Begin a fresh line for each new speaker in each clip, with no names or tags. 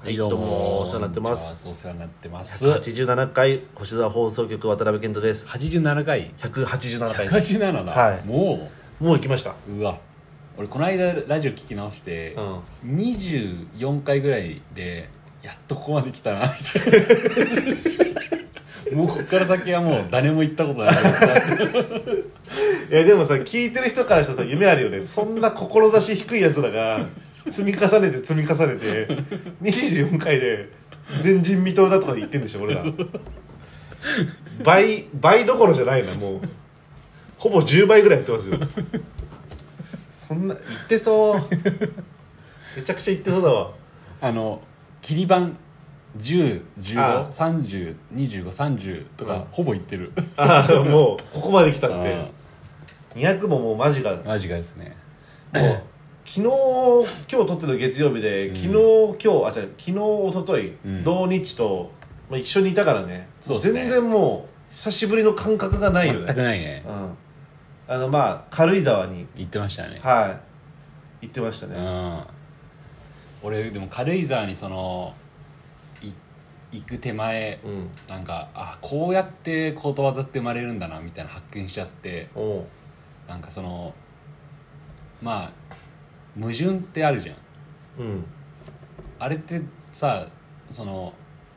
はいどうもお世話になってます
こんにちはお世話になってます
87回星沢放送局渡辺健人です
87回
187回です
87だ、
はい
も
もう行きました
ううわ俺この間ラジオ聞き直して、
うん
24回ぐらいでやっとここまで来たなみたいなもうこっから先はもう誰も行ったことない
えでもさ聞いてる人からしたらさ夢あるよねそんな志低いやつらが積み重ねて積み重ねて24回で前人未到だとかで言ってんでしょ俺ら倍倍どころじゃないなもうほぼ10倍ぐらいやってますよそんな言ってそうめちゃくちゃ言ってそうだわ
あの切り板
ああ
1015302530とか、
うん
ほぼ行ってる
ああもうここまで来たっ
あ
て200ももうマジか
あマジかですね
昨日今日撮ってた月曜日で、
うん
昨日今日あじゃ昨日一昨日、
うん
同日と、まあ、一緒にいたからね
そうっすね
全然もう久しぶりの感覚がないよ
全く
ね、
ないね
うん、あのまあ軽井沢に
行ってましたね
はい行ってましたね、
うん俺でも軽井沢にそのい行く手前
うん
なんかあこうやってことわざって生まれるんだなみたいな発見しちゃって
おう
なんかそのまあ矛盾ってあるじゃん
うん
あれってさその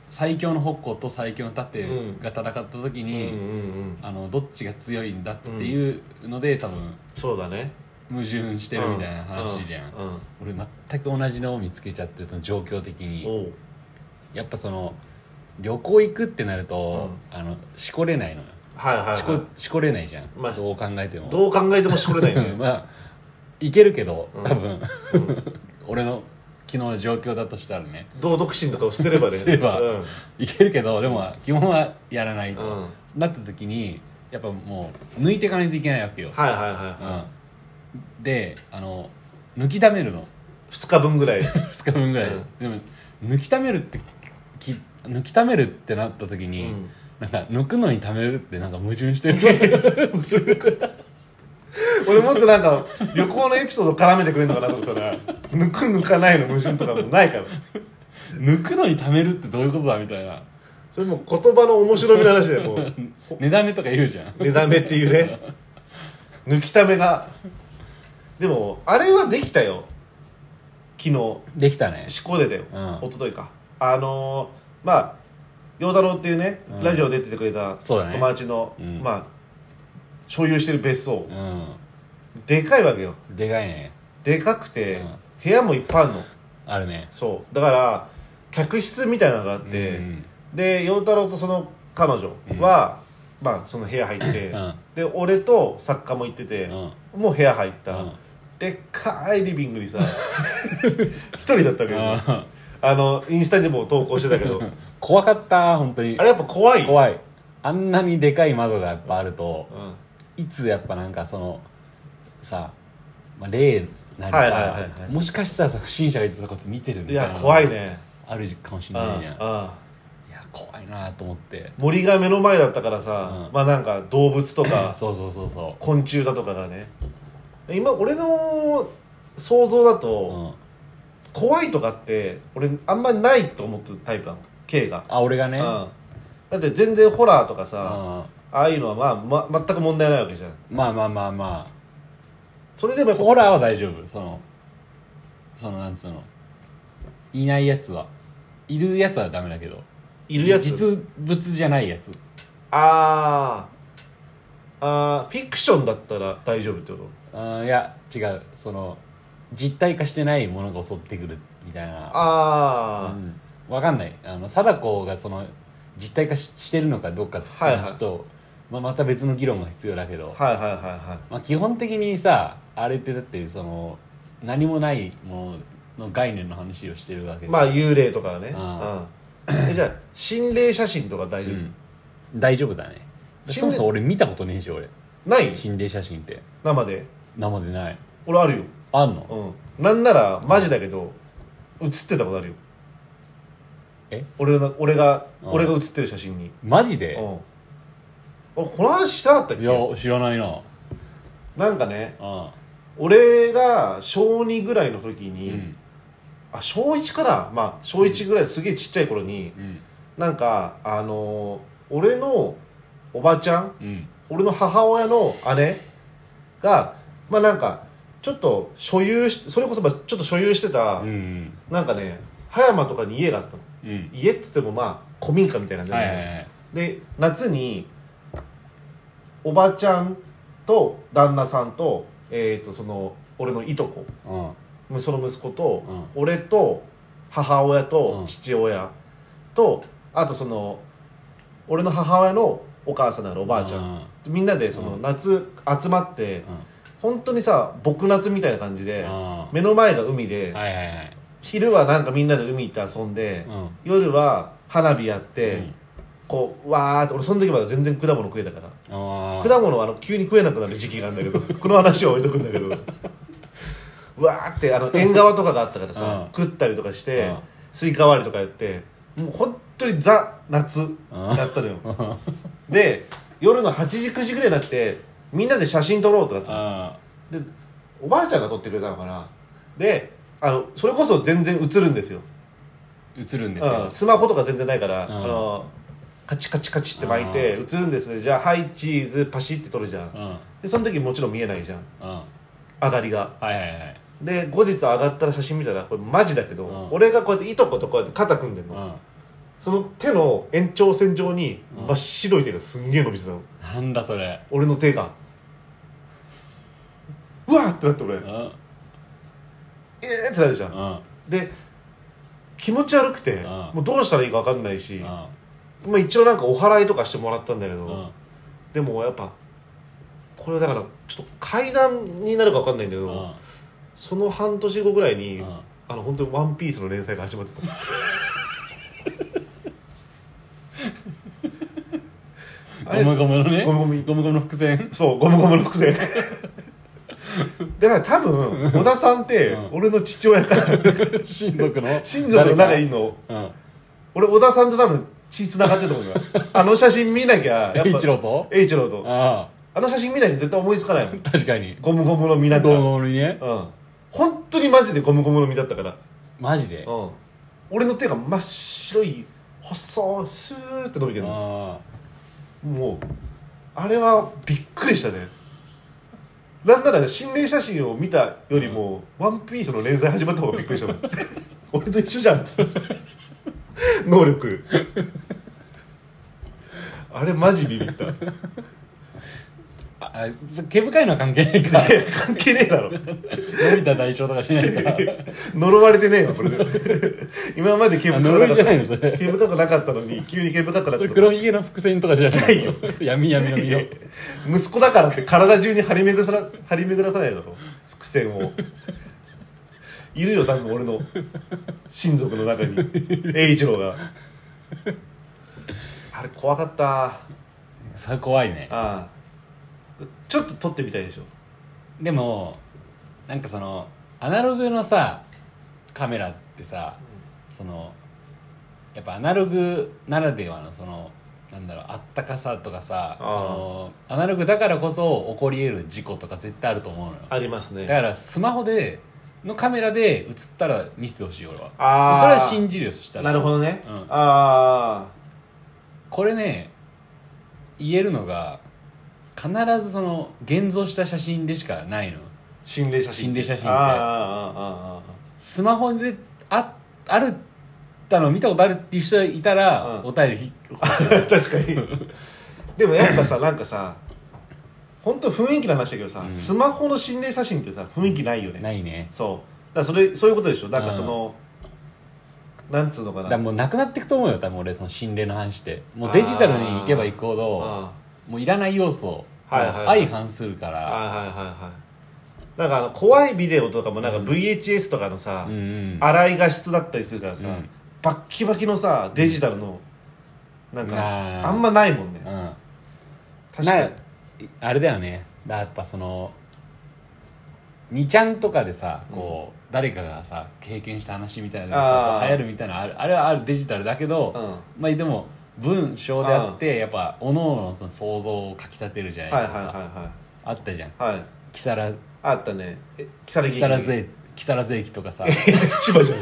最強の矛と最強の盾
うん
が戦った時
うんうんう
に、
ん
あのどっちが強いんだっていうので、多分
そうだね
矛盾してるみたいな話じゃん、
うん、うん
俺全く同じのを見つけちゃってその状況的に
おう
やっぱその旅行行くってなると、あのしこれないのよ
はいはい、
しこ
は
しこれないじゃん、
まあ
どう考えても
い、どう考えてもしこれないね、
まあいけるけど
うん
多分、
うん、
俺の昨日の状況だとしたらね
道徳心とかを捨てれば ね
捨てれば
うん
いけるけどでも基本はやらないと、
うん
なった時にやっぱもう抜いていかないといけないわけよ、
はいはいはい、はい
うん、であの抜き溜めるの
2日分ぐらい
2日分ぐらい、でも抜きためるってき抜きためるってなった時に、
うん
なんか抜くのにためるってなんか矛盾して る
俺もっとなんか旅行のエピソード絡めてくれるのかなと思ったら抜く抜かないの矛盾とかもないから
抜くのにためるってどういうことだみたいな
それもう言葉の面白みの話でもうほ
値段目とか言うじゃん
寝だめっていうね抜きためがでもあれはできたよ昨日
できたね
しこでだよ、
うん
一昨日かあのーまあ陽太郎っていうね、
うん
ラジオ出ててくれた
そう
友
だね
達の、
うん
まあ所有してる別荘
うん
でかいわけよ
でかいね
でかくて、
うん
部屋もいっぱいあるの
あるね
そうだから客室みたいなのがあって、
うん
で陽太郎とその彼女は、まあその部屋入って、
うん
で俺と作家も行ってて、
うん
もう部屋入った、
うん
でっかいリビングにさ 一人だったけどあ
あ
のインスタにも投稿してたけど
ー怖かった本当に
あれやっぱ怖い
怖いあんなにでかい窓がやっぱあると
うん、はい
つやっぱなんかそのさ、まあ、例なりさ、
はいはいはいはい
もしかしたらさ不審者がいつこっち見てるみ
い、い
たいな
や怖いね
あるかもし
う
れ
んう
ない
ん
ねいや怖いなと思って
森が目の前だったからさ、
うん
まあなんか動物 とか
そうそうそうそ
昆虫だとかがね今俺の想像だ
う、
と、
うん、
怖いとかって俺あんまりないと思ってるタイプなの K が、
あ俺が
う
ね
ん、だって全然ホラーとか
うん
さ、ああいうのは、まあま、全く問題ないわけじゃん
まあまあまあま
それでも
あ
やっぱ
ホラーは大丈夫そのそのなんつうのいないやつはいるやつはダメだけど
いるやつ
実物じゃないやつ
あーあーフィクションだったら大丈夫ってこと
うんいや違うその実体化してないものが襲ってくるみたいな
ああ、
わかんないあの貞子がその実体化ししてるのかどうかって
はいはい
話と、まあ、また別の議論が必要だけど、
はいはいはいは
まあ、基本的にさあれってだってその何もないものの概念の話をしてるわけ
い
で
まあ幽霊とかね、
あ
うん、えじゃあ心霊写真とか大
う
丈夫、
ん、大丈夫だね
心霊
そもそも俺見たことねえし俺
ない
心霊写真って
生で
生でない
俺あるよ、
あんの
うん、なんならマジだけど映ってたことあるよ
え
俺が俺が
うん
俺が写ってる写真に
マジ
うん
で
俺この話したかったっ
い
け
や知らないな
なんかね
あ
俺が小2ぐらいの時
う
に、
ん
あ小1からまあ小1ぐらいすげえちっちゃい頃に
うん
なんかあのー俺のおばちゃん
うん
俺の母親の姉がまあなんかちょっと所有しそれこそまあちょっと所有してた、
うんうん
なんかね葉山とかに家があったの
うん
家っつってもまあ古民家みたいな感
は
じ
い
で、
はいはい
で夏におばちゃんと旦那さんと,、えー、とその俺のいとこ
うん
むその息子と、
うん
俺と母親
う
と
ん
父親と、あとその俺の母親のお母さんであるおばあちゃん、
うん
みんなでその
うん
夏集まっ
う
て、
ん
本当にさ僕夏みたいな感じで、
あ
目の前が海
ー
で、
はいはいはい
昼はなんかみんなで海行って遊んで、
うん
夜は花火やって、
うん
こうわーって俺その時まだ全然果物食えたから
あー
果物はあの急に食えなくなる時期があるんだけ どこの話は置いとくんだけどうわーってあの縁側とかがあったからさ食ったりとかして、
うん
スイカ割りとかやってもう本当にザ夏だったのよで夜の8時9時ぐらいになってみんなで写真撮ろうってなった の
あ
でおばあちゃんが撮ってくれたのかなであのそれこそ全然映るんですよ
ー映るんです
うん、
よ
スマホとか全然ないから、
うん
あのカチカチカチって巻いて映るんですねじゃあはいチーズパシって取るじゃん
うんうん
でその時もちろん見えないじゃん
はい
上がりが
はいはい
で後日上がったら写真見たらこれマジだけど、
うん
俺がこうやっていとことこうやって肩組んでん
う
の、
ん
その手の延長線上に
うん
真っ白い手がすんげえ伸びてたの
なんだそれ
俺の手がうわーってなって俺え
うんうん
えーってなるじゃん
うん
で気持ち悪くて、
ん
もうどうしたらいいか分かんないし、
うん
まあ、一応なんかお祓いとかしてもらったんだけど、
うん
でもやっぱこれだからちょっと階段になるか分かんないんだけ
う
ど、
ん
その半年後ぐらいに、
うん
あの本当に「ワンピースの連載が始まって たあれ
ゴムゴムのね
ゴムゴム
ゴムゴムの伏 線
そうゴムゴムの伏線だから多分小田さんって
うん
俺の父親から
親族の
親族の仲いい
い
の
うん
俺小田さんと多分血繋がってると思 うよあの写真見なきゃやっぱ
栄一郎と
栄一郎と
あ
あの写真見なきゃ絶対思いつかないもん
あ確かに
ゴムゴムの実なんか
ゴムゴムにね
うん本当にマジでゴムゴムの実だったから
マジで
うん、俺の手が真っ白い細いスーって伸びてるの
あ
もうあれはびっくりしたねなんならね心霊写真を見たよりも「ワンピースの連載始まった方がびっくりしたもん俺と一緒じゃんっつって能力あれマジビビったい
ーああ毛深いのは関係ないか
や関係ねえだろ
伸びた代償とかし ないから
呪われてねえわこれで 今まで毛深くなか
あ呪い
っ
じ
た
ゃないのそれ
毛深くなかったのに急に毛深くなっ
そ
た
れ黒ひげの伏線とかじゃないよ 闇闇の 実の
息子だからって体中に張り巡らさ張り巡らさないだろ伏線をいるよ多分俺の親族の中に栄一郎があれ怖かったあ
それ怖いね
あちょっと撮ってみたいでしょ
でもなんかそのアナログのさカメラってさ、そのやっぱアナログならではのそのなんだろうあったかさとかさ
あー
そのアナログだからこそ起こり得る事故とか絶対あると思うのよ
あります
だ
ね
からスマホでのカメラで映ったら見せてほしい俺は
あー
それは信じるよそしたら
なるほどね、
うん
あ
これね言えるのが必ずその現像した写真でしかないの
あ心霊写真
心霊写真って
ああああああ
スマホでああるったの見たことあるっていう人いたら、
うん
お便りひ
確かにでもやっぱさなんかさ本当雰囲気の話だけどさ、
うん
スマホの心霊写真ってさ雰囲気ないよね、
ないね
そうだからそれそういうことでしょなんかその、なんつうの
だ
かな
からもうなくなっていくと思うよ多分俺その心霊の話ってもうデジタルに行けば行くほ
うん
ど
は
もういらない要素
はいはい
もう
はい
相反するか
い
ら、
はいはいはいなんかあの怖いビデオとかもなんか VHS とかのさ、
うんうん
洗い画質だったりするからさ、
うん
バッキバキのさデジタルの、なんか
あー
あんまないもんね
うん
確かに
なあれだよねだやっぱその2ちゃんとかでさこう、誰かがさ経験した話みたいなのがさ
あー
こう流行るみたいなのあるあれはあるデジタルだけど、
うん
まあでも文章であってやっぱおののその想像をかきたてるじゃないで
はい
す
はい
か
は
あったじゃん
いはいはい
木更
あったねえ木更
木更津駅木木更津駅とかさ
千葉じゃ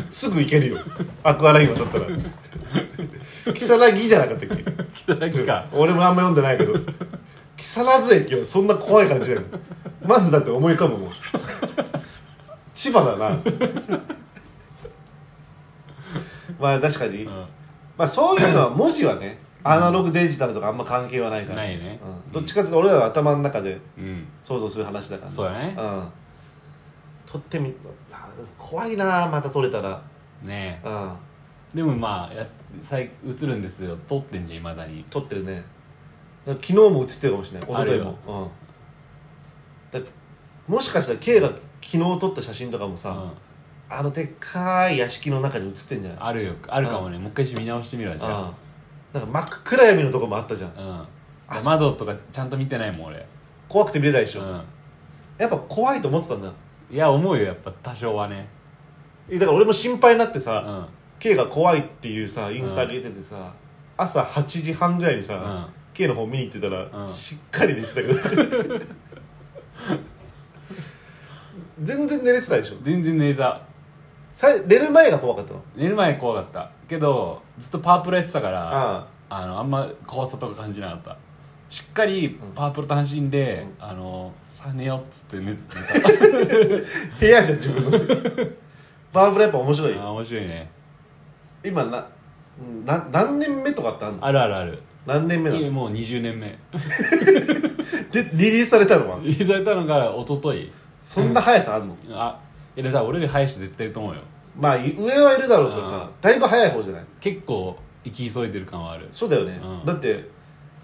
んすぐ行けるよアクアライン渡ったら木更木じゃなかったっ け
木更津か
俺もあんま読んでないけど木更津駅はそんな怖い感じだよまずだって思い浮かぶもん千葉だなまあ確かに、
うん
まあそういうのは文字はねアナログデジタルとかあんま関係はないから
ないね
うんどっちかっていうと俺らの頭の中で
うん
想像する話だから
そうだね
うん撮ってみあ怖いなまた撮れたら
ねえ
うん
でもまあやさい映るんですよ撮ってんじゃんいまだに
撮ってるね昨日も映ってるかもしれない一
あ
昨
る
日
よ
もうんだもしかしたら K が昨日撮った写真とかも
う
さ、
ん
あのでっかい屋敷の中に写ってんじゃない
あるよあるかもねもう一回見直してみるわじゃあ
うんなんか真っ暗闇のとこもあったじゃん
うん
あそう
窓とかちゃんと見てないもん俺
怖くて見れないでし
う
ょ、
ん
やっぱ怖いと思ってたんだ
いや思うよやっぱ多少はね
えだから俺も心配になって
う
さ、
ん
K が怖いっていうさインスタ上げててさ、朝8時半ぐらいにさ、
うん
K の方見に行ってたら、
うん
しっかり寝てたけど全然寝れてたでしょ
全然寝た
さ寝る前が怖かったの
寝る前怖かったけどずっとパープルやってたから
あ
あのあんま怖さとか感じなかったしっかりパープル単身で、あのさあ寝ようっつって寝寝
あ部屋じゃん自分のバーブラやっぱ面白い
たあ面白いね
今なな何年目とかってあんの
あるあるある
何年目なの
もう20年目
でリリースされたのは
リリースされたのが一昨日
そんな速さあんの、
あいやでもさ俺より早い人絶対いると思うよ
まあい上はいるだろうけどさだいぶ速い方じゃない
結構行き急いでる感はある
そうだよね、
うん
だって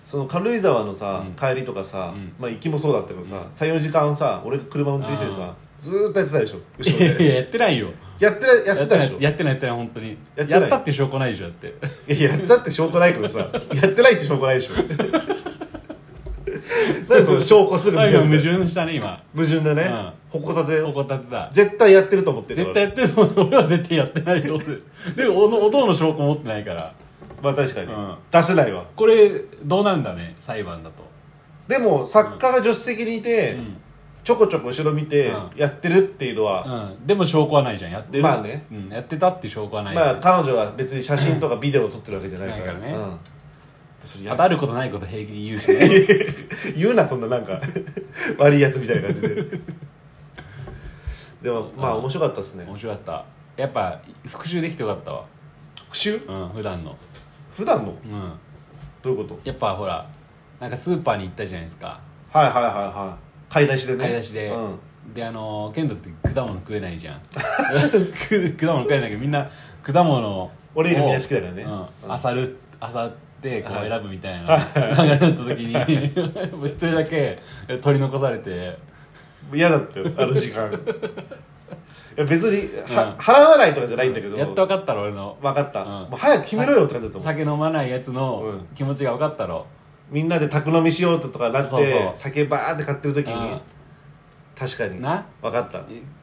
その軽井沢のさ、帰りとかさ、
うん
まあ行きもそうだったけどさ、34時間さ俺が車運転しててさずーっとやってたでしょ
い
後 ろ
やい
で
ややってないよ
やってないやってたでしょ
やってないやってない本当に
やってない
やったって証拠ないでしょだって
いややったって証拠ないけどさ やってないって証拠ないでしょ なんでその証拠すぐ
あ
見
今
る
矛盾
みたいな
したね今
矛盾だね、
う
ほこたてを
怠ってた
絶対やってると思ってる
絶対やってると思う俺は絶対やってないと思う でもおのおどの証拠持ってないから
まあ確かに、
うん
出せないわ
これどうなんだね裁判だと
でも作家が助手席にいて、
ん
ちょこちょこ後ろ見て、
うん
やってるっていうのは、
うんでも証拠はないじゃんやってる
まあね
うん、やってたって証拠はない、
まあ彼女は別に写真とかビデオを撮ってるわけじゃないから
ないからね
うん、それ
当
や
たることないこと平気で言うし、ね、
言うなそんななんか 悪いやつみたいな感じででもまあ面白かったですね
面白かったやっぱ復習できてよかったわ
復習
うん普段の
普段の
うん
どういうこと
やっぱほらなんかスーパーに行ったじゃないですか
はいはいはいはい買い出しでね
買い出しで、
うん、
であのケントって果物食えないじゃん く果物食えないけどみんな果物を
俺よりみんな好きだからね
うん、あさるあさってこう
はい
選ぶみたいな流れだった時に もう一人だけ取り残されて
嫌だったよあの時 間いや別には、払わないとかじゃないんだけど
やっと分かったろ俺の
分かった、
うん
もう早く決めろよって感じだったもん
酒飲まないやつ
う
の
ん
気持ちが分かったろ、
みんなで宅飲みしようとかなって
そうそう
酒バーって買ってる時に、
うん
確かに
な
分かった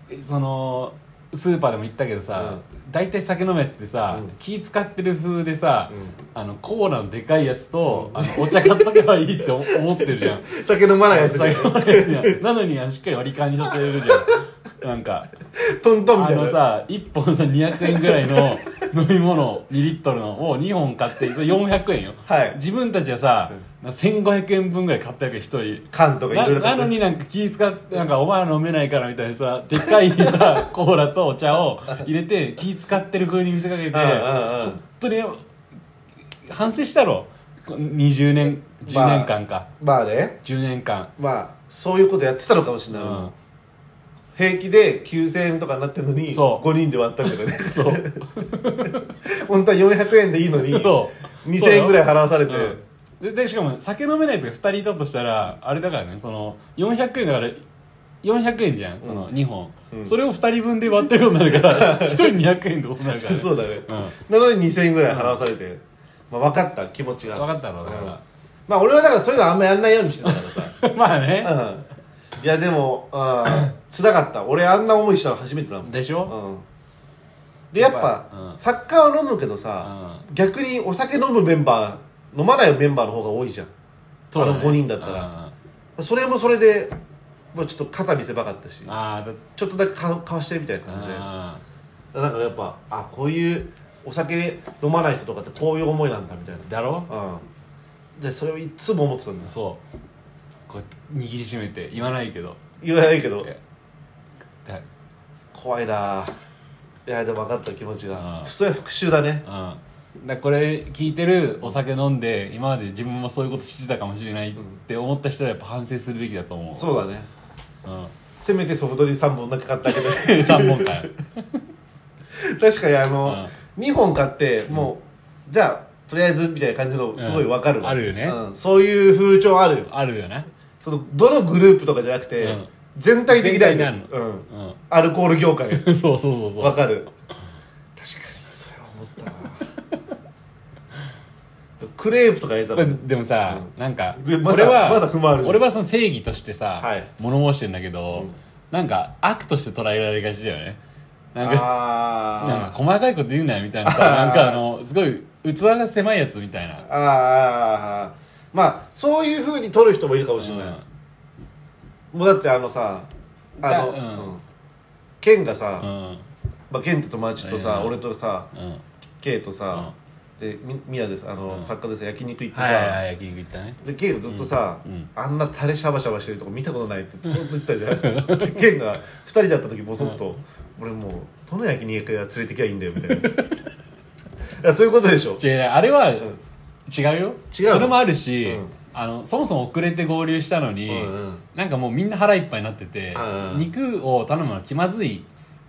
えそのスーパーでも行ったけどさ大体、酒飲むやつってさ、
うん
気使ってる風でさ、
う
あのコーラのでかいやつと、あのお茶買っとけばいいって思思ってるじゃん
酒飲まないやつ
酒
で
飲まないやつにはなのにあのしっかり割り勘にさせるじゃんなんか
トントンみ
あ
たいな
のさ1本さ200円ぐらいの飲み物2リットルのを2本買ってそれ400円よ
はい
自分たちはさ、1500円分ぐらい買ったわけ一人
缶とかい
な
ろいろ買
な
って
のになんか気使ってなんかお前ら飲めないからみたいなさでっかい さコーラとお茶を入れて気使ってる風に見せかけて
うんうんうん
本当に反省したろこ20年10年間か、
まあね
10年間
まあそういうことやってたのかもしれ
う
ない、
ん
平気で9000円とかになってるのに
そう
5人で割ったんだよね
そう
本当は400円でいいのに
そう
2000円ぐらい払わされて、
うんででしかも酒飲めないやつが2人いたとしたらあれだからねその400円だから400円じゃんその2本、それを2人分で割ってることになるから 1人200円ってことになるから、ね、
そうだね、
うん
なのに2000円ぐらい払わされて、まあ、分かった気持ちが
分かったろだ
うん
か
まあ俺はだからそういうのあんまやんないようにしてたからさ
ら、 まあね、
うんいやでもうんつらかった俺あんな思いしたの初めてだもん
でしょ、
うんでやっぱ、
うん
サッカーは飲むけどさ、逆にお酒飲むメンバー飲まないメンバーの方が多いじゃん
そうだね
あの5人だったら
うん
それもそれでもうちょっと肩見せばかったし
あーだ
ちょっとだけかかわしてるみたいな感じで
あ
なんかやっぱあこういうお酒飲まない人とかってこういう思いなんだみたい
ーだろ
なうんでそれをいつも思ってたんです
そうこう握りしめて言わないけど
言わないけど
えだ
怖いなぁいやでも分かった気持ち
う
が
ん
それは復讐だね
うんだこれ聞いてるお酒飲んで今まで自分もそういうことしてたかもしれないって思った人はやっぱ反省するべきだと思う
そうだね
うん
せめてソフトリ3本だけ買ったけど
3本かよ
確かにあの、二2本買ってもう、じゃあとりあえずみたいな感じのすごい分かるわ、
うんあるよね
うんそういう風潮あるよ
あるよね
そのどのグループとかじゃなくて、
うん
全体的だよ
全体
ね
にな
う
る
ん
うん
アルコール業界
そうそうそうそ
わ
う
かる確かにそれは思ったなクレープとかやつ
これ
だ
でもさ、なんか
でま
俺
だ
は
まだ不満あるじゃん
俺はその正義としてさ、
はい
物申してんだけど、なんか悪として捉えられがちだよねなんか
あ
なんか
ー
細かいこと言うなよみたいな さ
あー
なんかあのすごい器が狭いやつみたいな、
あーあーあーまあそういうふうに取る人もいるかもしれない、もうだってあのさあの、
だうん
うんケンが
う
さ、
んうん
まあ、ケンって友達と
いやい
さ、
や
俺とさ
うん
ケイとさ、でみみやですあの、
うん
作家でさ焼肉行ってさ、
はいはいはい焼肉行ったね
でケンがずっとさ、
うんうん
あんなタレシャバシャバしてるとこ見たことないってずっと言ってたじゃんでケンが2人だった時ボソッと「俺もうどの焼肉屋連れてきゃいいんだよ」みたいないやそういうことでしょ
違うあれは違
ん
うよ、
違うの
それもあるし、
うん
あのそもそも遅れて合流したのに、
うんうん
なんかもうみんな腹いっぱいになってて、
うんうん
肉を頼むの気まずい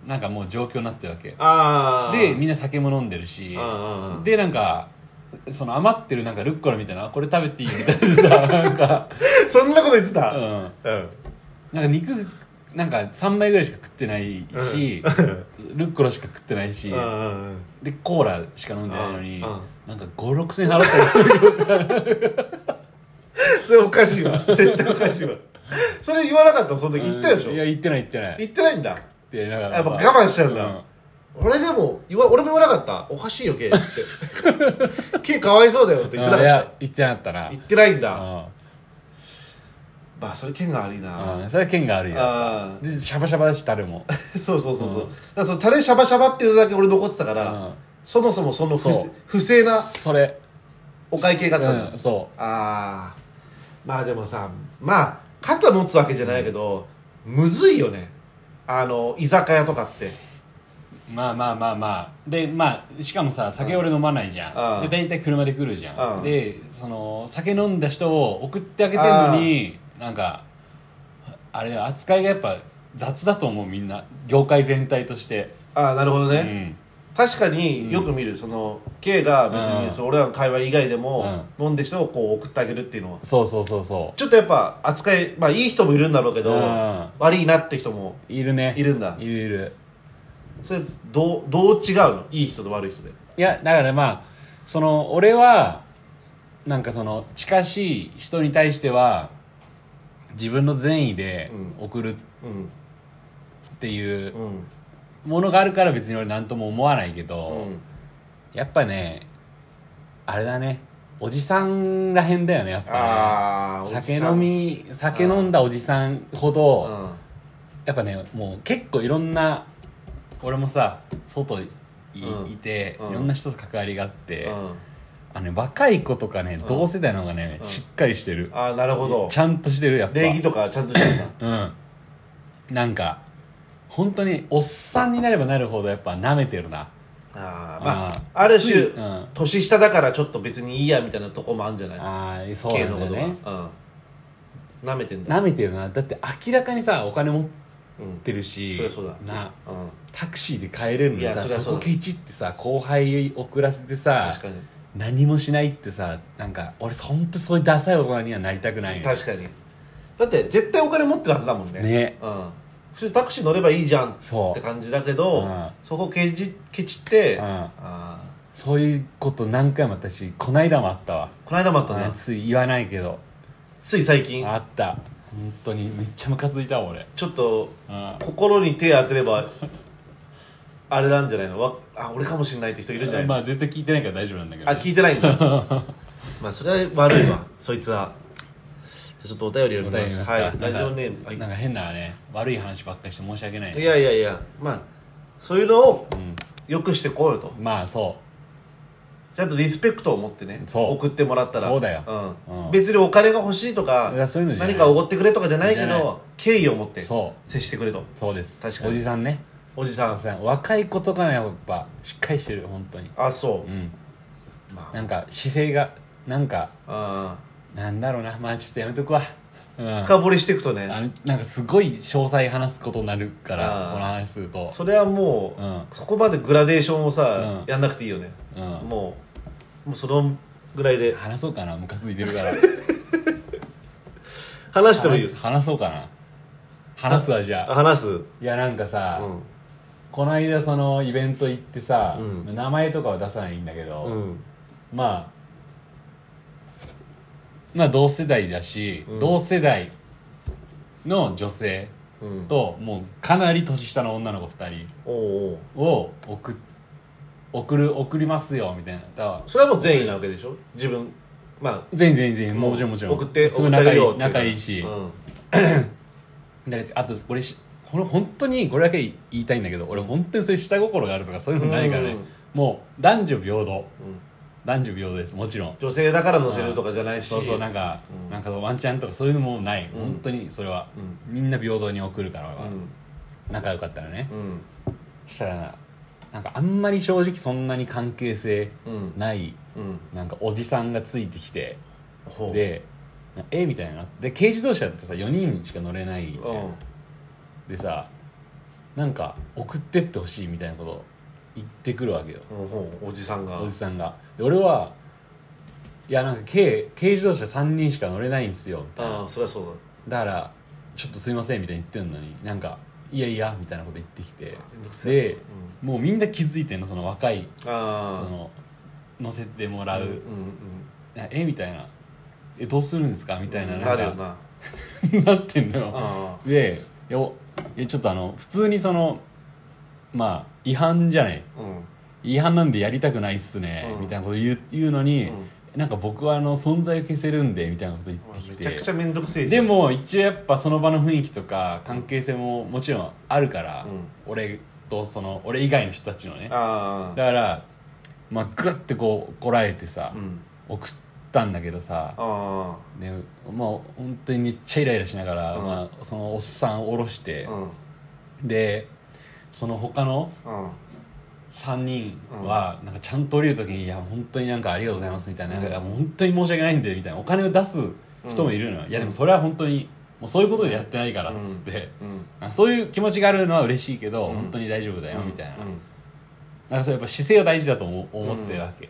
なんかもう状況になってるわけ
ああ
でみんな酒も飲んでるし
あ
でなんかその余ってるなんかルッコラみたいなこれ食べていいみたいなさなんか、
そんなこと言ってた
うん、
うん、
なんか肉なんか3枚ぐらいしか食ってないし、ルッコラしか食ってないし、
うんうんうん
でコーラしか飲んでないのに、
うんうん
なんか56000円払ってる
それおかしい わ絶対おかしいわそれ言わなかったもんその時言ったでしょ、
いや言ってない言ってない
言ってないんだ
ってだから
やっぱ我慢しちゃうんだ
うん
俺でも言わ俺も言わなかったおかしいよケイっ てケイかわいそうだよって言って
うんい
なかった
や言ってなかったな
言ってないんだ、
う
まあそれ剣が悪いな、
んうんそれは剣があるよ
あ
でシャバシャバだし誰も
あそうそうそうそう、
うん
だからそのタレシャバシャバっていうのだけ俺残ってたから、
うん
そもそもその不
そう
不正な
それ
お会計があったんだ、
う
あ
んそ
あまあでもさまあ肩持つわけじゃないけど、むずいよねあの居酒屋とかって
うまあまあまあまあでまあしかもさ酒俺飲まないじゃん
うん
で大体車で来るじゃ
うん
んでその酒飲んだ人を送ってあげてんのになんかあれ扱いがやっぱ雑だと思うみんな業界全体として
ああなるほどね、
うん
確かによく見る、その K が別に、
うん
その俺らの会話以外でも、飲んでる人をこう送ってあげるっていうのは
そうそうそうそ
ちょっとやっぱ扱いまあいい人もいるんだろうけど、
うん
悪いなって人も
ういるね
いるんだ
いるいる
それどうどう違うのいい人と悪い人で
いやだからまあその俺はなんかその近しい人に対しては自分の善意で送る
うん
っていう
うん
ものがあるから別に俺何とも思わないけ
う
ど、
ん
やっぱねあれだねおじさんらへんだよねやっぱ
ああ
ね酒飲み酒飲んだおじさんほど、
うん
やっぱねもう結構いろんな俺もさ外い,、
うん
いて、
うん
いろんな人と関わりがあって、
うん
あのね、若い子とかね、同世代の方がね、しっかりしてる。
ああなるほど
ちゃんとしてる、やっぱ。
礼儀とかちゃんとしてんだ
うん。なんか、本当に、おっさんになればなるほど、やっぱ舐めてるな。
ああま
あ
あ
ー
ある種、
ついうん
年下だからちょっと別にいいやみたいなとこもあるんじゃない
ああ、そうなんだよね。
はうんなめてんだ
舐めてるな。だって明らかにさ、お金持っ
うん
てるし、
そりゃそうだ
な、
うん
タクシーで帰れるの
い
に
や
さ、
そりゃ
そ
そうだ
こケチってさ、後輩遅らせてさ、
確かに
何もしないってさ、なんか、俺本当そういうダサい大人にはなりたくないよ
確かにだって絶対お金持ってるはずだもんね
ね
うん普通タクシー乗ればいいじゃんっ
そう
て感じだけど
うん
そこケチケチって
うん
ああ
そういうこと何回もあったし、こないだもあったわ。
この間もあった
あ
ね
つい言わないけど
つい最近
あった本当にめっちゃムカついたわ俺
ちょっと
うん
心に手当てればあれなんじゃないのわあ俺かもしれないって人いるんじゃないの、
まあ絶対聞いてない から大丈夫なんだけど、
あ聞いてないんだまあそれは悪いわそいつはちょっとお便り読み
答え
ま
に
す
ますか
はい
なんか
ラジオネームはい
なんか変なね悪い話ばっかりして申し訳ない
いやいやいやまあそういうのを
うん
よくしてこうよと
まあそ
ちゃんとリスペクトを持ってね
そう
送ってもらったら
そうだよ
うん
うん
別にお金が欲しいとか
いやそういうのじゃな
何
い
かおごってくれとかじゃないけ
じゃない
ど敬意を持って
うそ
接してくれと
うそうです
確かに
おじさんね
おじさ
お
ん
じさん若い子とかねやっぱしっかりしてる本当に
あそううんま
なんか姿勢がなんか
あ
なんだろうなまあちょっとやめとくわ、うん、
うん
あ
深掘りしていくとね
のなんかすごい詳細話すことになるから
あー
この話すると
それはも
うん
うそこまでグラデーションをさ
うん
やんなくていいよね
うん
もうもうそのぐらいで
話そうかなムカついてるから
話してもい
話
い
す
よ
話そうかな話すわじゃあ
話すうん
いやなんかさ、この間そのイベント行ってさ、
うん
名前とかは出さないんだけど、
うん
まあまあ同世代だし、
うん
同世代の女性
うん
ともうかなり年下の女の子2
おうおう
人を送っ送る送りますよみたいなだから
それはもう善意なわけでしょ自分ま
全然全然
あ
もちろんもちろん
送って
すごい
送ってあ
仲い
げようっ
い
てうから
仲いいし、
うん
だけどあとこれしこの本当にこれだけ言いたいんだけど俺本当にそういう下心があるとかそういうのないからね、
うん
もう男女平等
うん
男女平等ですもちろん
女性だから乗せるとかじゃないし
そうそうなんか、
うん
なんかワンチャンとかそういうのもない、
うん
本当にそれは、
う
みんな平等に送るから俺は、
うん
仲良かったらね、
うん
そしたらなんかあんまり正直そんなに関係性
うん
ない
うん
なんかおじさんがついてきて
ほう
でなえみたいなで軽自動車ってさ4人しか乗れないじゃん
うん
でさなんか送ってってほしいみたいなこと言ってくるわけよ
うんほうおじさんが
おじさんがで俺はいやなんか軽軽自動車3人しか乗れないんですよみたいな
ああそりゃそう
だからちょっとすいませんみたいに言ってんのになんかいやいやみたいなこと言ってきて
だめんどくせえ
でもうみんな気づいてんのその若い
うんあ
そ
あ
の乗せてもらう、
うんうん
なえみたいなえどうするんですかみたいな
うん
な
なんるよ
か
な
なってんのよ
あ
でいやおいやちょっとあの普通にそのまあ違反じゃない
あうん
違反なんでやりたくないっすね、
うん
みたいなこと言う言うのに、
うん
なんか僕はあの存在を消せるんでみたいなこと言ってき
め
て、
ちゃくちゃめんどくせえじ
で
ゃん
も一応やっぱその場の雰囲気とか関係性ももちろんあるから、
うん
俺とその俺以外の人たちのねだ
ああ
からまあグッてこうこらえてさ、
うん
送ったんだけどさ
あ
でまあ本当にめっちゃイライラしながら、
うん
まあ、そのおっさんを下ろして
あう、ん
でその他の
うん
3人はなんかちゃんと降りる時に「いや本当になんかありがとうございます」みたいな「なんかもう本当に申し訳ないんで」みたいなお金を出す人もいるのよ、いやでもそれは本当にもうそういうことでやってないからっつって、
うん
あそういう気持ちがあるのは嬉しいけど、
うん
本当に大丈夫だよみたいな,、
うん
なんかそれやっぱ姿勢は大事だと思思ってるわけ、
うん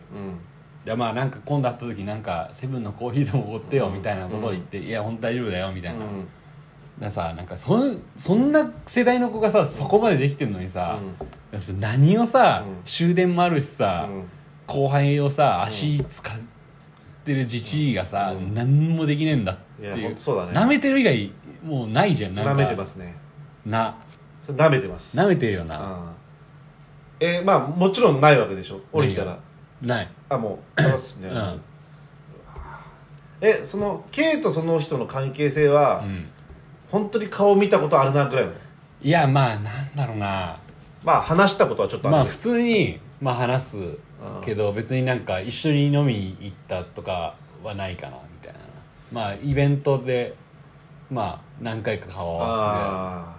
いやまあなんか今度会った時なんかセブンのコーヒーでもおごってよ
うん
みたいなことを言って、いや本当大丈夫だよみたいな、だか
うん
らさなんかそんそんな世代の子がさそこまでできてんのにさ、何をさ、
うん
終電もあるしさ、
うん
後輩をさ足使ってるじじいがさ、
うん
何もできねえんだって
い
い
や
う
ほんとそうだね
舐めてる以外もうないじゃんなんか
舐めてますね
な
それ舐めてます
舐めてるよな、
うんえーまあもちろんないわけでしょ降りた
な
ら
ない
あもう流すみたいな、
うん
えその K とその人の関係性は、
うん
本当に顔見たことあるなぐらいの
いやまあなんだろうな
まあ話したことはちょっと
ま
あ
あ
る
普通に、まあ、話すけど別になんか一緒に飲みに行ったとかはないかなみたいなまあイベントでまあ何回か顔を合わ
ああ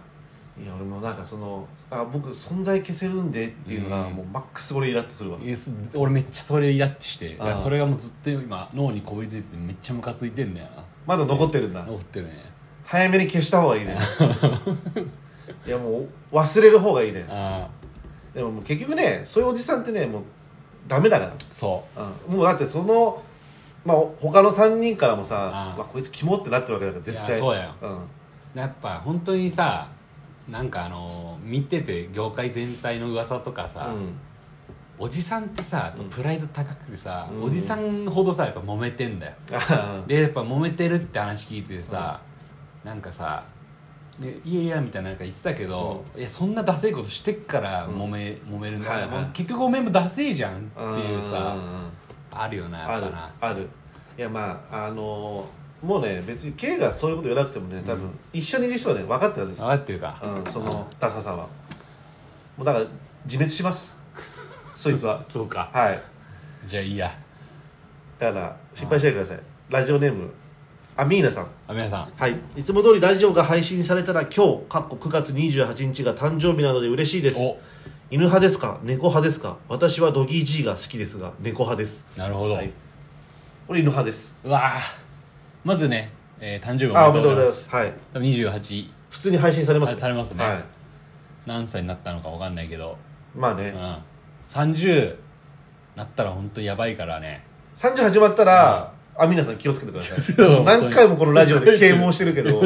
ーいや俺もなんかそのあ僕存在消せるんでっていうのが、
うん
もうマックス俺イラッとするわ
せていやす俺めっちゃそれイラッとしてだから
あー
それがもうずっと今脳にこびりついてめっちゃムカついてんだよな
まだ残ってるんだ、
残ってるね
早めに消した方がい いねいやもう忘れる方がいいね
ああ
でももう結局ねそういうおじさんってねもうダメだから
そ
うんもうだってその、まあ、他の3人からもさ
ああ
うわこいつキモってなってるわけだから絶
いや
対
そうやよ
うん
うやっぱ本当にさなんかあの見てて業界全体の噂とかさ、
うん
おじさんってさ
うん
プライド高くてさ、
うん
おじさんほどさやっぱ揉めてんだよ
ああ
でやっぱ揉めてるって話聞いてさ、なんかさ「でいやいや」みたいななんか言ってたけど、いやそんなダセいことしてっから
うん
揉め,、揉めるんだ、
はいはい
もう結局おめえもダセいじゃんって
うん
いうさ、
ん
あるよな
あ
やっ
る
ぱな
あるいやまああのーもうね別に K がそういうこと言わなくてもね多分、
うん
一緒にいる人はね分かってるはずです
分かってるか、
うん、そのダサさはもうだから自滅し ますそいつは
そうか
はい
じゃあいいや
だから失敗しないでくださいラジオネームアミーナさん
あ皆さん
はいいつも通りラジオが配信されたら今日かっこ9月28日が誕生日なので嬉しいです
お
犬派ですか猫派ですか私はドギー G が好きですが猫派です
なるほど、
はい俺犬派です
うわーまずね、えー誕生日
あ
お
おめ
めでとう
でとう
ござい
ございま
ますす
はい
多分28
普通に配信されますね
されますね
はい
何歳になったのか分かんないけど、
まあ
う
ね
ん、30なったら本当やばいからね
30始まったら、あ皆さん気をつけてくださ
ちょ
い
っと
何回もこのラジオで啓蒙してるけ ど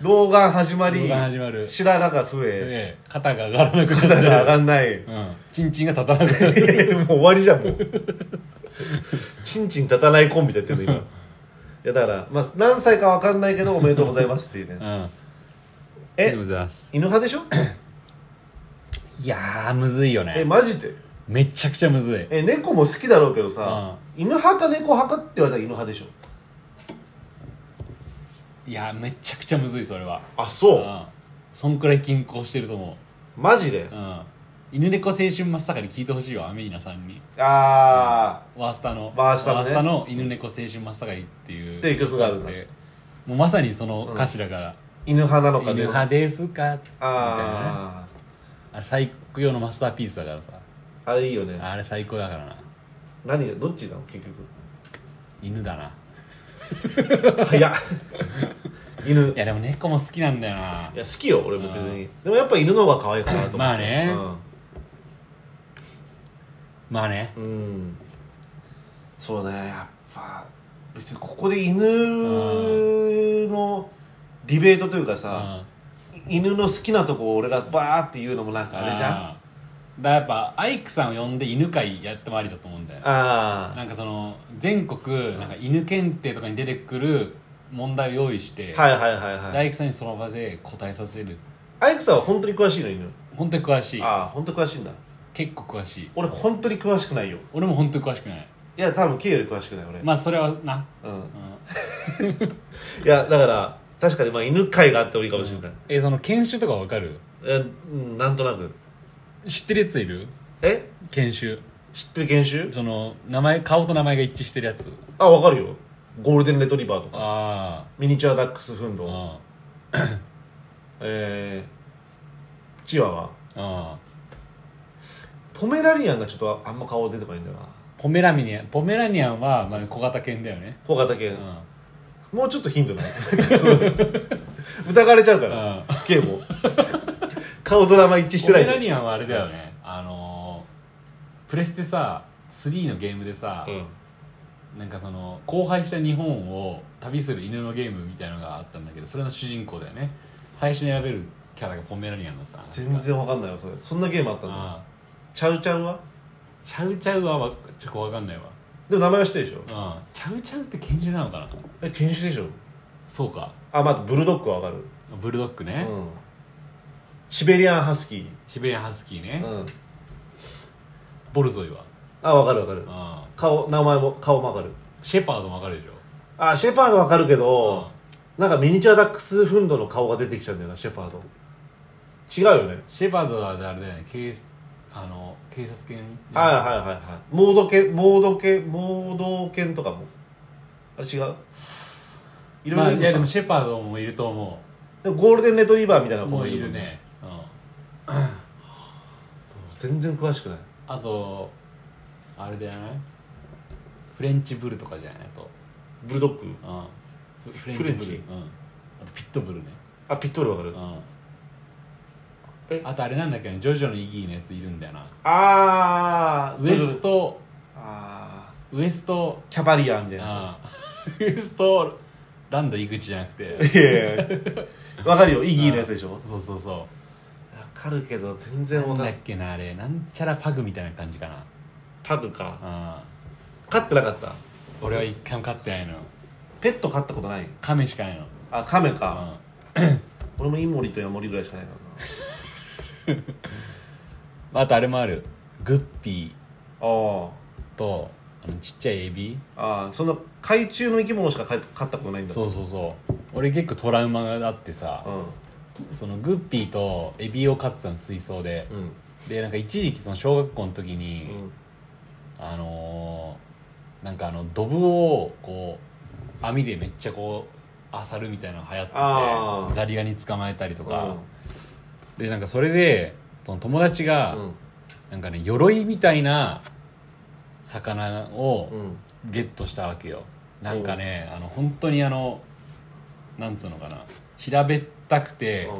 老眼始まり
老眼始まる
白髪が増 え
で肩が上がらなくなっ
肌
ち
が
ゃ
上
う
がんない も
うんチンチンが立たなくなる
う終わりじゃんもうちんちん立たないコンビでやっ てるの今いやだから、まあ、何歳か分かんないけどおめでとうございますっていう
う
ね
んありが
え
とうございます
犬派でしょ
いやーむずいよ
え
ね
マジで
めちゃくちゃむずい
え猫も好きだろうけどさ、犬派か猫派かって言われたら犬派でしょ
いやーめちゃくちゃむずいそれは
あそううん
そんくらい均衡してると思
マジで
ううん犬猫青春真っ盛り聞いてほしいわアメイナさんに
ああ
ワースタの
ワースタのね
の犬猫青春真っ盛りっていう
っていう曲があるんだ
もうまさにその歌詞だから
犬派な
「
の
犬
かね
派ですか?」みたいなね
あ
あれ最高のマスターピースだからさ
ああれいいよね
あれ最高だからな
何がどっちなの結局
犬だな
早っ犬い
いやでも猫も好きなんだよな
や好きよ俺も別にでもやっぱ犬の方が可愛いかなと思って
まあねまあね
うん、うんそうねやっぱ別にここで犬のディベートというかさ、
あ
犬の好きなとこを俺がバーって言うのもなんかあれじゃんあ
だからやっぱアイクさんを呼んで犬会やってもありだと思うんだよね
あ
なんかその全国なんか犬検定とかに出てくる問題を用意して、
はいはいはいはい
大工さんにその場で答えさせる
アイクさんは本当に詳しいの犬
本当に詳しい
ああ本当に詳しいんだ
結構詳しい
俺本当に詳しくないよ
俺も本当に詳しくない
いや多分 K より詳しくない俺、
まあそれはな、
うん
うん
いやだから確かにまあ犬会があってもいいかもしれない、
えその研修とかわかる
えうんなんとなく
知ってるやついる
え
研修
知ってる研修
その名前顔と名前が一致してるやつ
あわかるよゴールデンレトリバーとか
あ
ミニチュアダックスフン
あ
ド
あ
えー、チワワ
あああ
ポメラニアンがちょっとあんま顔出てこないんだよな
ポメラミニアンポメラニアンはまあ小型犬だよね
小型犬
う、ん
もうちょっとヒントない そう疑われちゃうから
ああ
K も顔ドラマ一致し
ポ
て
メ
ない
ラニアンはあれだよねあのープレステさ3のゲームでさ、
うん
なんかその荒廃した日本を旅する犬のゲームみたいなのがあったんだけどそれの主人公だよね最初に選べるキャラがポメラニアンだったな
全然わかんないわそれそんなゲームあったんだ
ああ
チャウチャウは
チャウチャウはわちょっとわかんないわ
でも名前は知ってるでしょ
うんチャウチャウって拳銃なのかな
え犬種でしょ
そうか
あまああとブルドッグはわかる
ブルドッグね、
うんシベリアンハスキ
シベリアンハスキーね、
ーうん
ボルゾイは、
あわかるわかる
うん、
顔名前も顔もわかる
シェパードもわかるでしょ
あシェパードわかるけど
う
なんかミニチュアダックスフンドの顔が出てきちゃうんだよなシェパード違うよね
シェパードはあれだよね警あの警察犬
はいはいはいはいモード犬モード犬モード犬とかもあれ違ういろ
まあ、
いろ
い
い
やで
るの
も
か
シェパードもいると思
でもゴールデンレトリバーみたいな
う
子
も
も
うい
い
る
る
ね、うん、
全然詳しくない
あとあれだよねフレンチブルとかじゃないあと、
ブルドッグ
うん、フフレンチブル
フレンチ
うん、あとピットブルね、
あピットブルわかる
う
え
ん、あとあれなんだっけねジョジョのイギーのやついるんだよな
あー
ウエスト
あー
ウエスト
キャバリアンみたいな
あ あウエストランド井口じゃなくて
いやいやわかるよイギーのやつでしょわ
そうそうそ
かるけど全
う
然
な
わ
ん
かん
だ
な
っ
い
けなあれなんちゃらパグみたいな感じかな
パグか
ああ
飼ってなかった
俺は一回も飼ってないのよ
ペット飼ったことない
亀しかないの
あカメか
あ
俺もイモリとヤモリぐらいしかないか
ああとあれもあるグッピ
らなあ
ーとあのちっちゃいエビ
ああそんな海中の生き物しか買買ったことないんだ
そううそうそう俺結構トラウマがあってさ
ん
そのグッピーとエビを飼ってたの水槽で
うん
でなんか一時期その小学校の時
う
に、
ん
あのーなんかあのドブをこう網でめっちゃこう漁るみたいなの流行って
あー
てザリガニ捕まえたりと
と
か、でなんかそれでその友達が、
うん
なんかね鎧みたいな魚を
うん
ゲットしたわけよなんかね、あの本当にあのなんつうのかな平べったくて、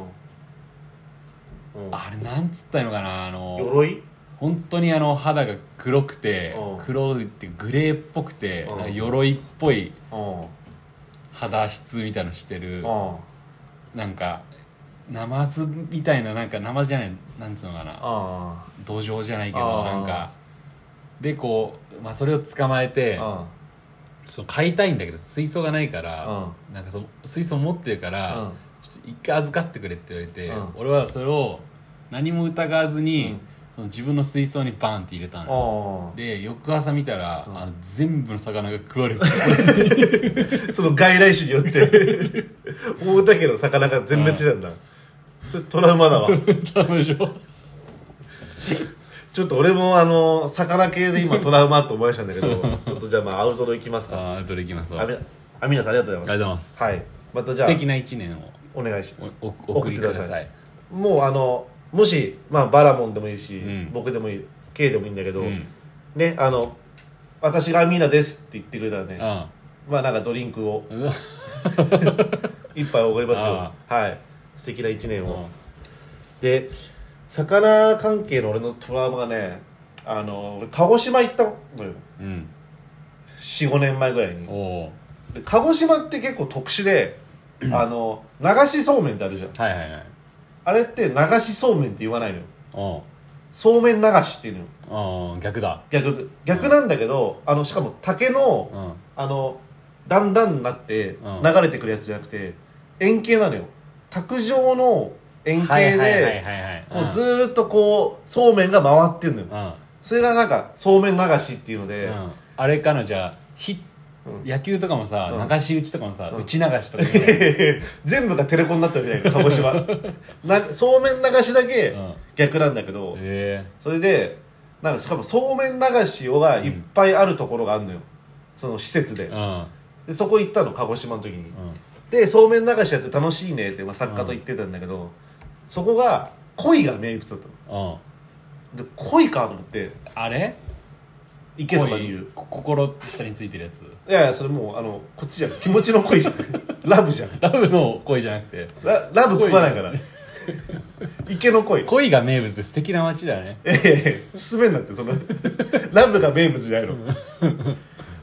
うんうん
あれなんつったのかなあの
鎧
本当にあの肌が黒くて
うん
黒いってグレーっぽくて
うん
なんか鎧っぽい
うん
肌質みたいのしてる
うん
なんかナマズみたいななんかナマズじゃないなんつうのかな
あ
土壌じゃないけど
あ
な
ー
んかでこう、まあ、それを捕まえて
あ
その買いたいんだけど水槽がないから
うん
なんかその水槽持ってるか
うん
らちょっと一回預かってくれって言われて
うん
俺はそれを何も疑わず
う
に
ん
その自分の水槽にバンって入れたの。
あ
で翌朝見たら、
うん
あの全部の魚が食われてた
その外来種によって大竹の魚が全滅してたんだそれトラウマだわ
多分でしょ
ちょっと俺もあの魚系で今トラウマと思いましたんだけどちょっとじゃあまあアウトロ行きますか
あーどれいきます
あみ
素
あみなさんありがと
ありがと
うございます
うございます
はいまたじゃあ
敵な一年を
お願いします
おお送りください
送っもうあのもし、まあ、バラモンでもいいし、
うん
僕でもいい K でもいいんだけど、
うん
ねあの「私がアミーナです」って言ってくれたらね、
あ
まあなんかドリンクを
あうわ
一杯おごりますよ
あ
はい素敵な一年を、で魚関係の俺のトラウマがねあの俺鹿児島行ったのよ
うん
45年前ぐらいに
おお
で鹿児島って結構特 殊であの流しそうめんってあるじゃん
ーはいはいはい
あれって流しそうめんって言わないのよ
おー
そうめん流しっていうのよ
あー逆だ
逆逆なんだけどあのしかも竹の
うんあ
あのだんだんになって
うん
流れてくるやつじゃなくて円形なのよ卓上の円形で
はいはい
こ
ん
うずーっとこうそうめんが回ってんのよ
うん
それがなんかそうめん流しっていうので、
うんあれかのじゃあひ
うん
野球とかもさ、
うん
流し打ちとかもさ、打ち流しとかも
全部がテレコになったわけじゃない鹿児 島なそうめん流しだけ
うん
逆なんだけど、
え
それでなんかしかもそうめん流しがいっぱいあるところがあるのよその施設
え
で
ー、
でそこ行ったの鹿児島の時に
うんうん
でそうめん流しやって楽しいねって、まあ、作家と言ってたんだけど、そこが鯉が名物だった
うん
ので鯉かと思って
あれ
池とかにいる
こ心下についてるやつ
いやいやそれもうあのこっちじゃん気持ちの鯉じゃん ラブじゃん
ラブの恋じゃなくて
ララブ食わないから池の鯉
恋が名物で素敵な街だね
ええ進めんなってそのラブが名物じゃないの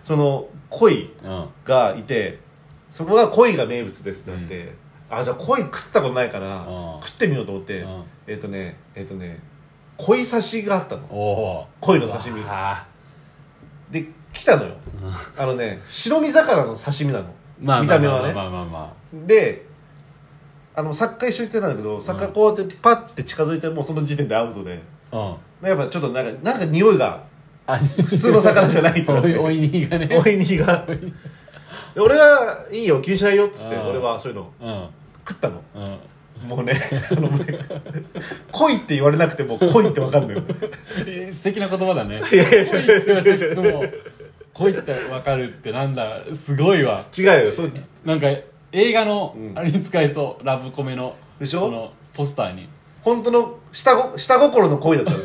その鯉
うん
がいてそこが鯉が名物ですってなって、あじゃあ鯉食ったことないから
うん
食ってみようと思って、
うん
えっ、とねえっ、とね鯉刺しがあったの
おお
鯉の刺身
あ
で来たのよあのね白身魚の刺身なの
まあ
見
まあ
た目
ま
は
あ
ね
まあまあま
であの作家一緒に行ってたんだけど作家こうやってパッて近づいてもうその時点でアウトで
あうん
やっぱちょっとなんかなんか匂いが
あ
普通の魚じゃないと思っ
お
て
いおいにがね
おいにがで俺は「いいよ気にしないよ」っつって
あー
俺はそういうの
うん
食ったの
うん
もうねあのね恋って言われなくても恋ってわかんないよ
え ー素敵な言葉だね恋って言われなくても恋ってわかるってなんだすごいわ
違うよそれ
なんか映画の
うん
あれに使えそうラブコメの
でしょ
そのポスターに
本当の下ご下心の恋だったの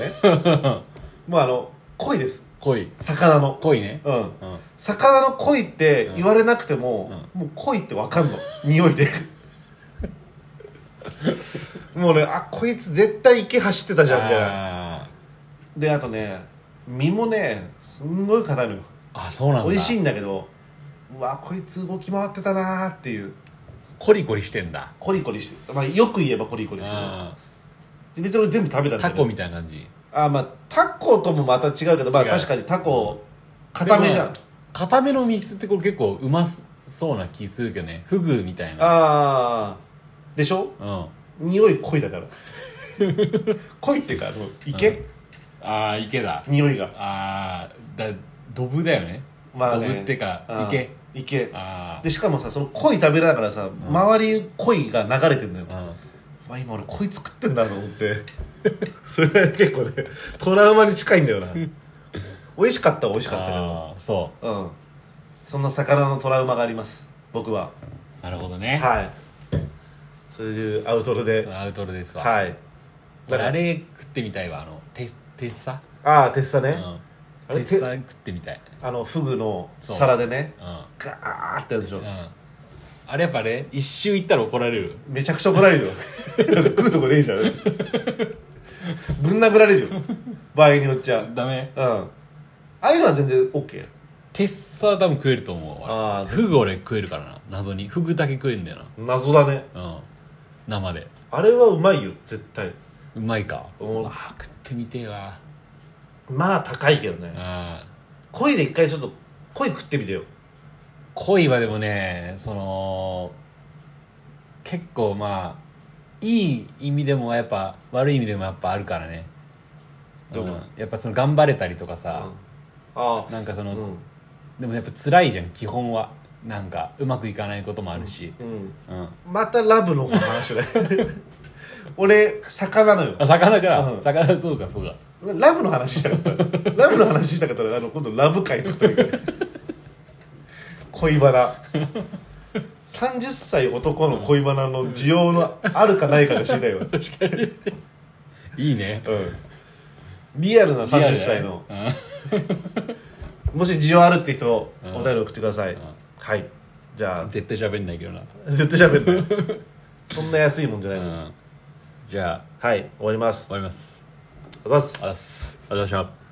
ね もうあの恋です
恋
魚の
恋ね
う
う
ん
ん
魚の恋って言われなくても、もう恋ってわかんの匂いでもうねあこいつ絶対池走ってたじゃんみたいな
あ
であとね身もねすんごい硬いのよ
ーあそうなんだ
美味しい
い
んだけどうわこいつ動き回ってたなーっていう
コリコリしてんだ
コリコリして、まあ、よく言えばコリコリしてる
あ
で別に俺全部食べたん
ー
だ
タ
けど
コみたいな感じ
あーまあタコともまた違うけどまあ
違う
確かにタコ硬めじゃん
でも固めの水ってこれ結構うまそうな気するけどねフグみたいな
ああでしょ
うんあ
匂い濃い だから濃いっていうかあの池、
あー池だ
匂いが
ああだドブだよね
まあね
ドブってか
うん
池
池
あ
でしかもさその鯉食べながらさ、周り鯉が流れてんのよ、
あ、うん
まあ、今俺鯉作ってんだと思って それは結構ねトラウマに近いんだよな美味しかったは美味しかったけど
ああそ
うんそんな魚のトラウマがあります僕は
うなるほどね、
はいそういうアウトロで
アウトロですわ、
はい
俺あれ食ってみたいわあのててっさ
ああテッサ
う
ね、
ん
あ
て
れ
っさ食ってみたい
あのフグの
そう
皿でね
うん
ガーってやるでしょ、
うんあれやっぱね一周行ったら怒られる
めちゃくちゃ怒られるよ 食うとこねえじゃんぶん殴られるよ場合によっちゃうん
ダメ
ああいうのは全然 OK
テッサは多分食えると思う
あ
わ
ー
フグ俺食えるからな謎にフグだけ食えるんだよ
謎だね
なうん生で
あれはうまいよ絶対
うまいか
お
うわー食ってみてえわ
まあ高いけどね
あ
鯉で一回ちょっと鯉食ってみてよ
恋はでもねその結構まあいい意味でもやっぱ悪い意味でもやっぱあるからね
どう
うんやっぱその頑張れたりとかさ、
あ
なんかそ
あ
の、
うん
でもやっぱ辛いじゃん基本はなんかうまくいかないこともあるし、
うん
うん
またラブの方の話だよ 俺魚なのよ
あ魚か、
うん
魚そうかそうか
ラブの話したかったラブの話したかったらあの今度ラブ会作ったらいいから恋バナ30歳男の恋バナの需要のあるかないかが知りたいわ、うん、
いいね
リアルな
リアルだ
30
ね
歳の
うん
もし需要あるって人お
うん
便り送ってください、
ん
はいじゃ
絶対喋んないけどな、
あ絶対喋るなそんな安いもんじゃな
う
いの、
ん、じゃあ
はい終わります
終わります
ありがとうご
あ
ざいます
ざっすあざっしゃ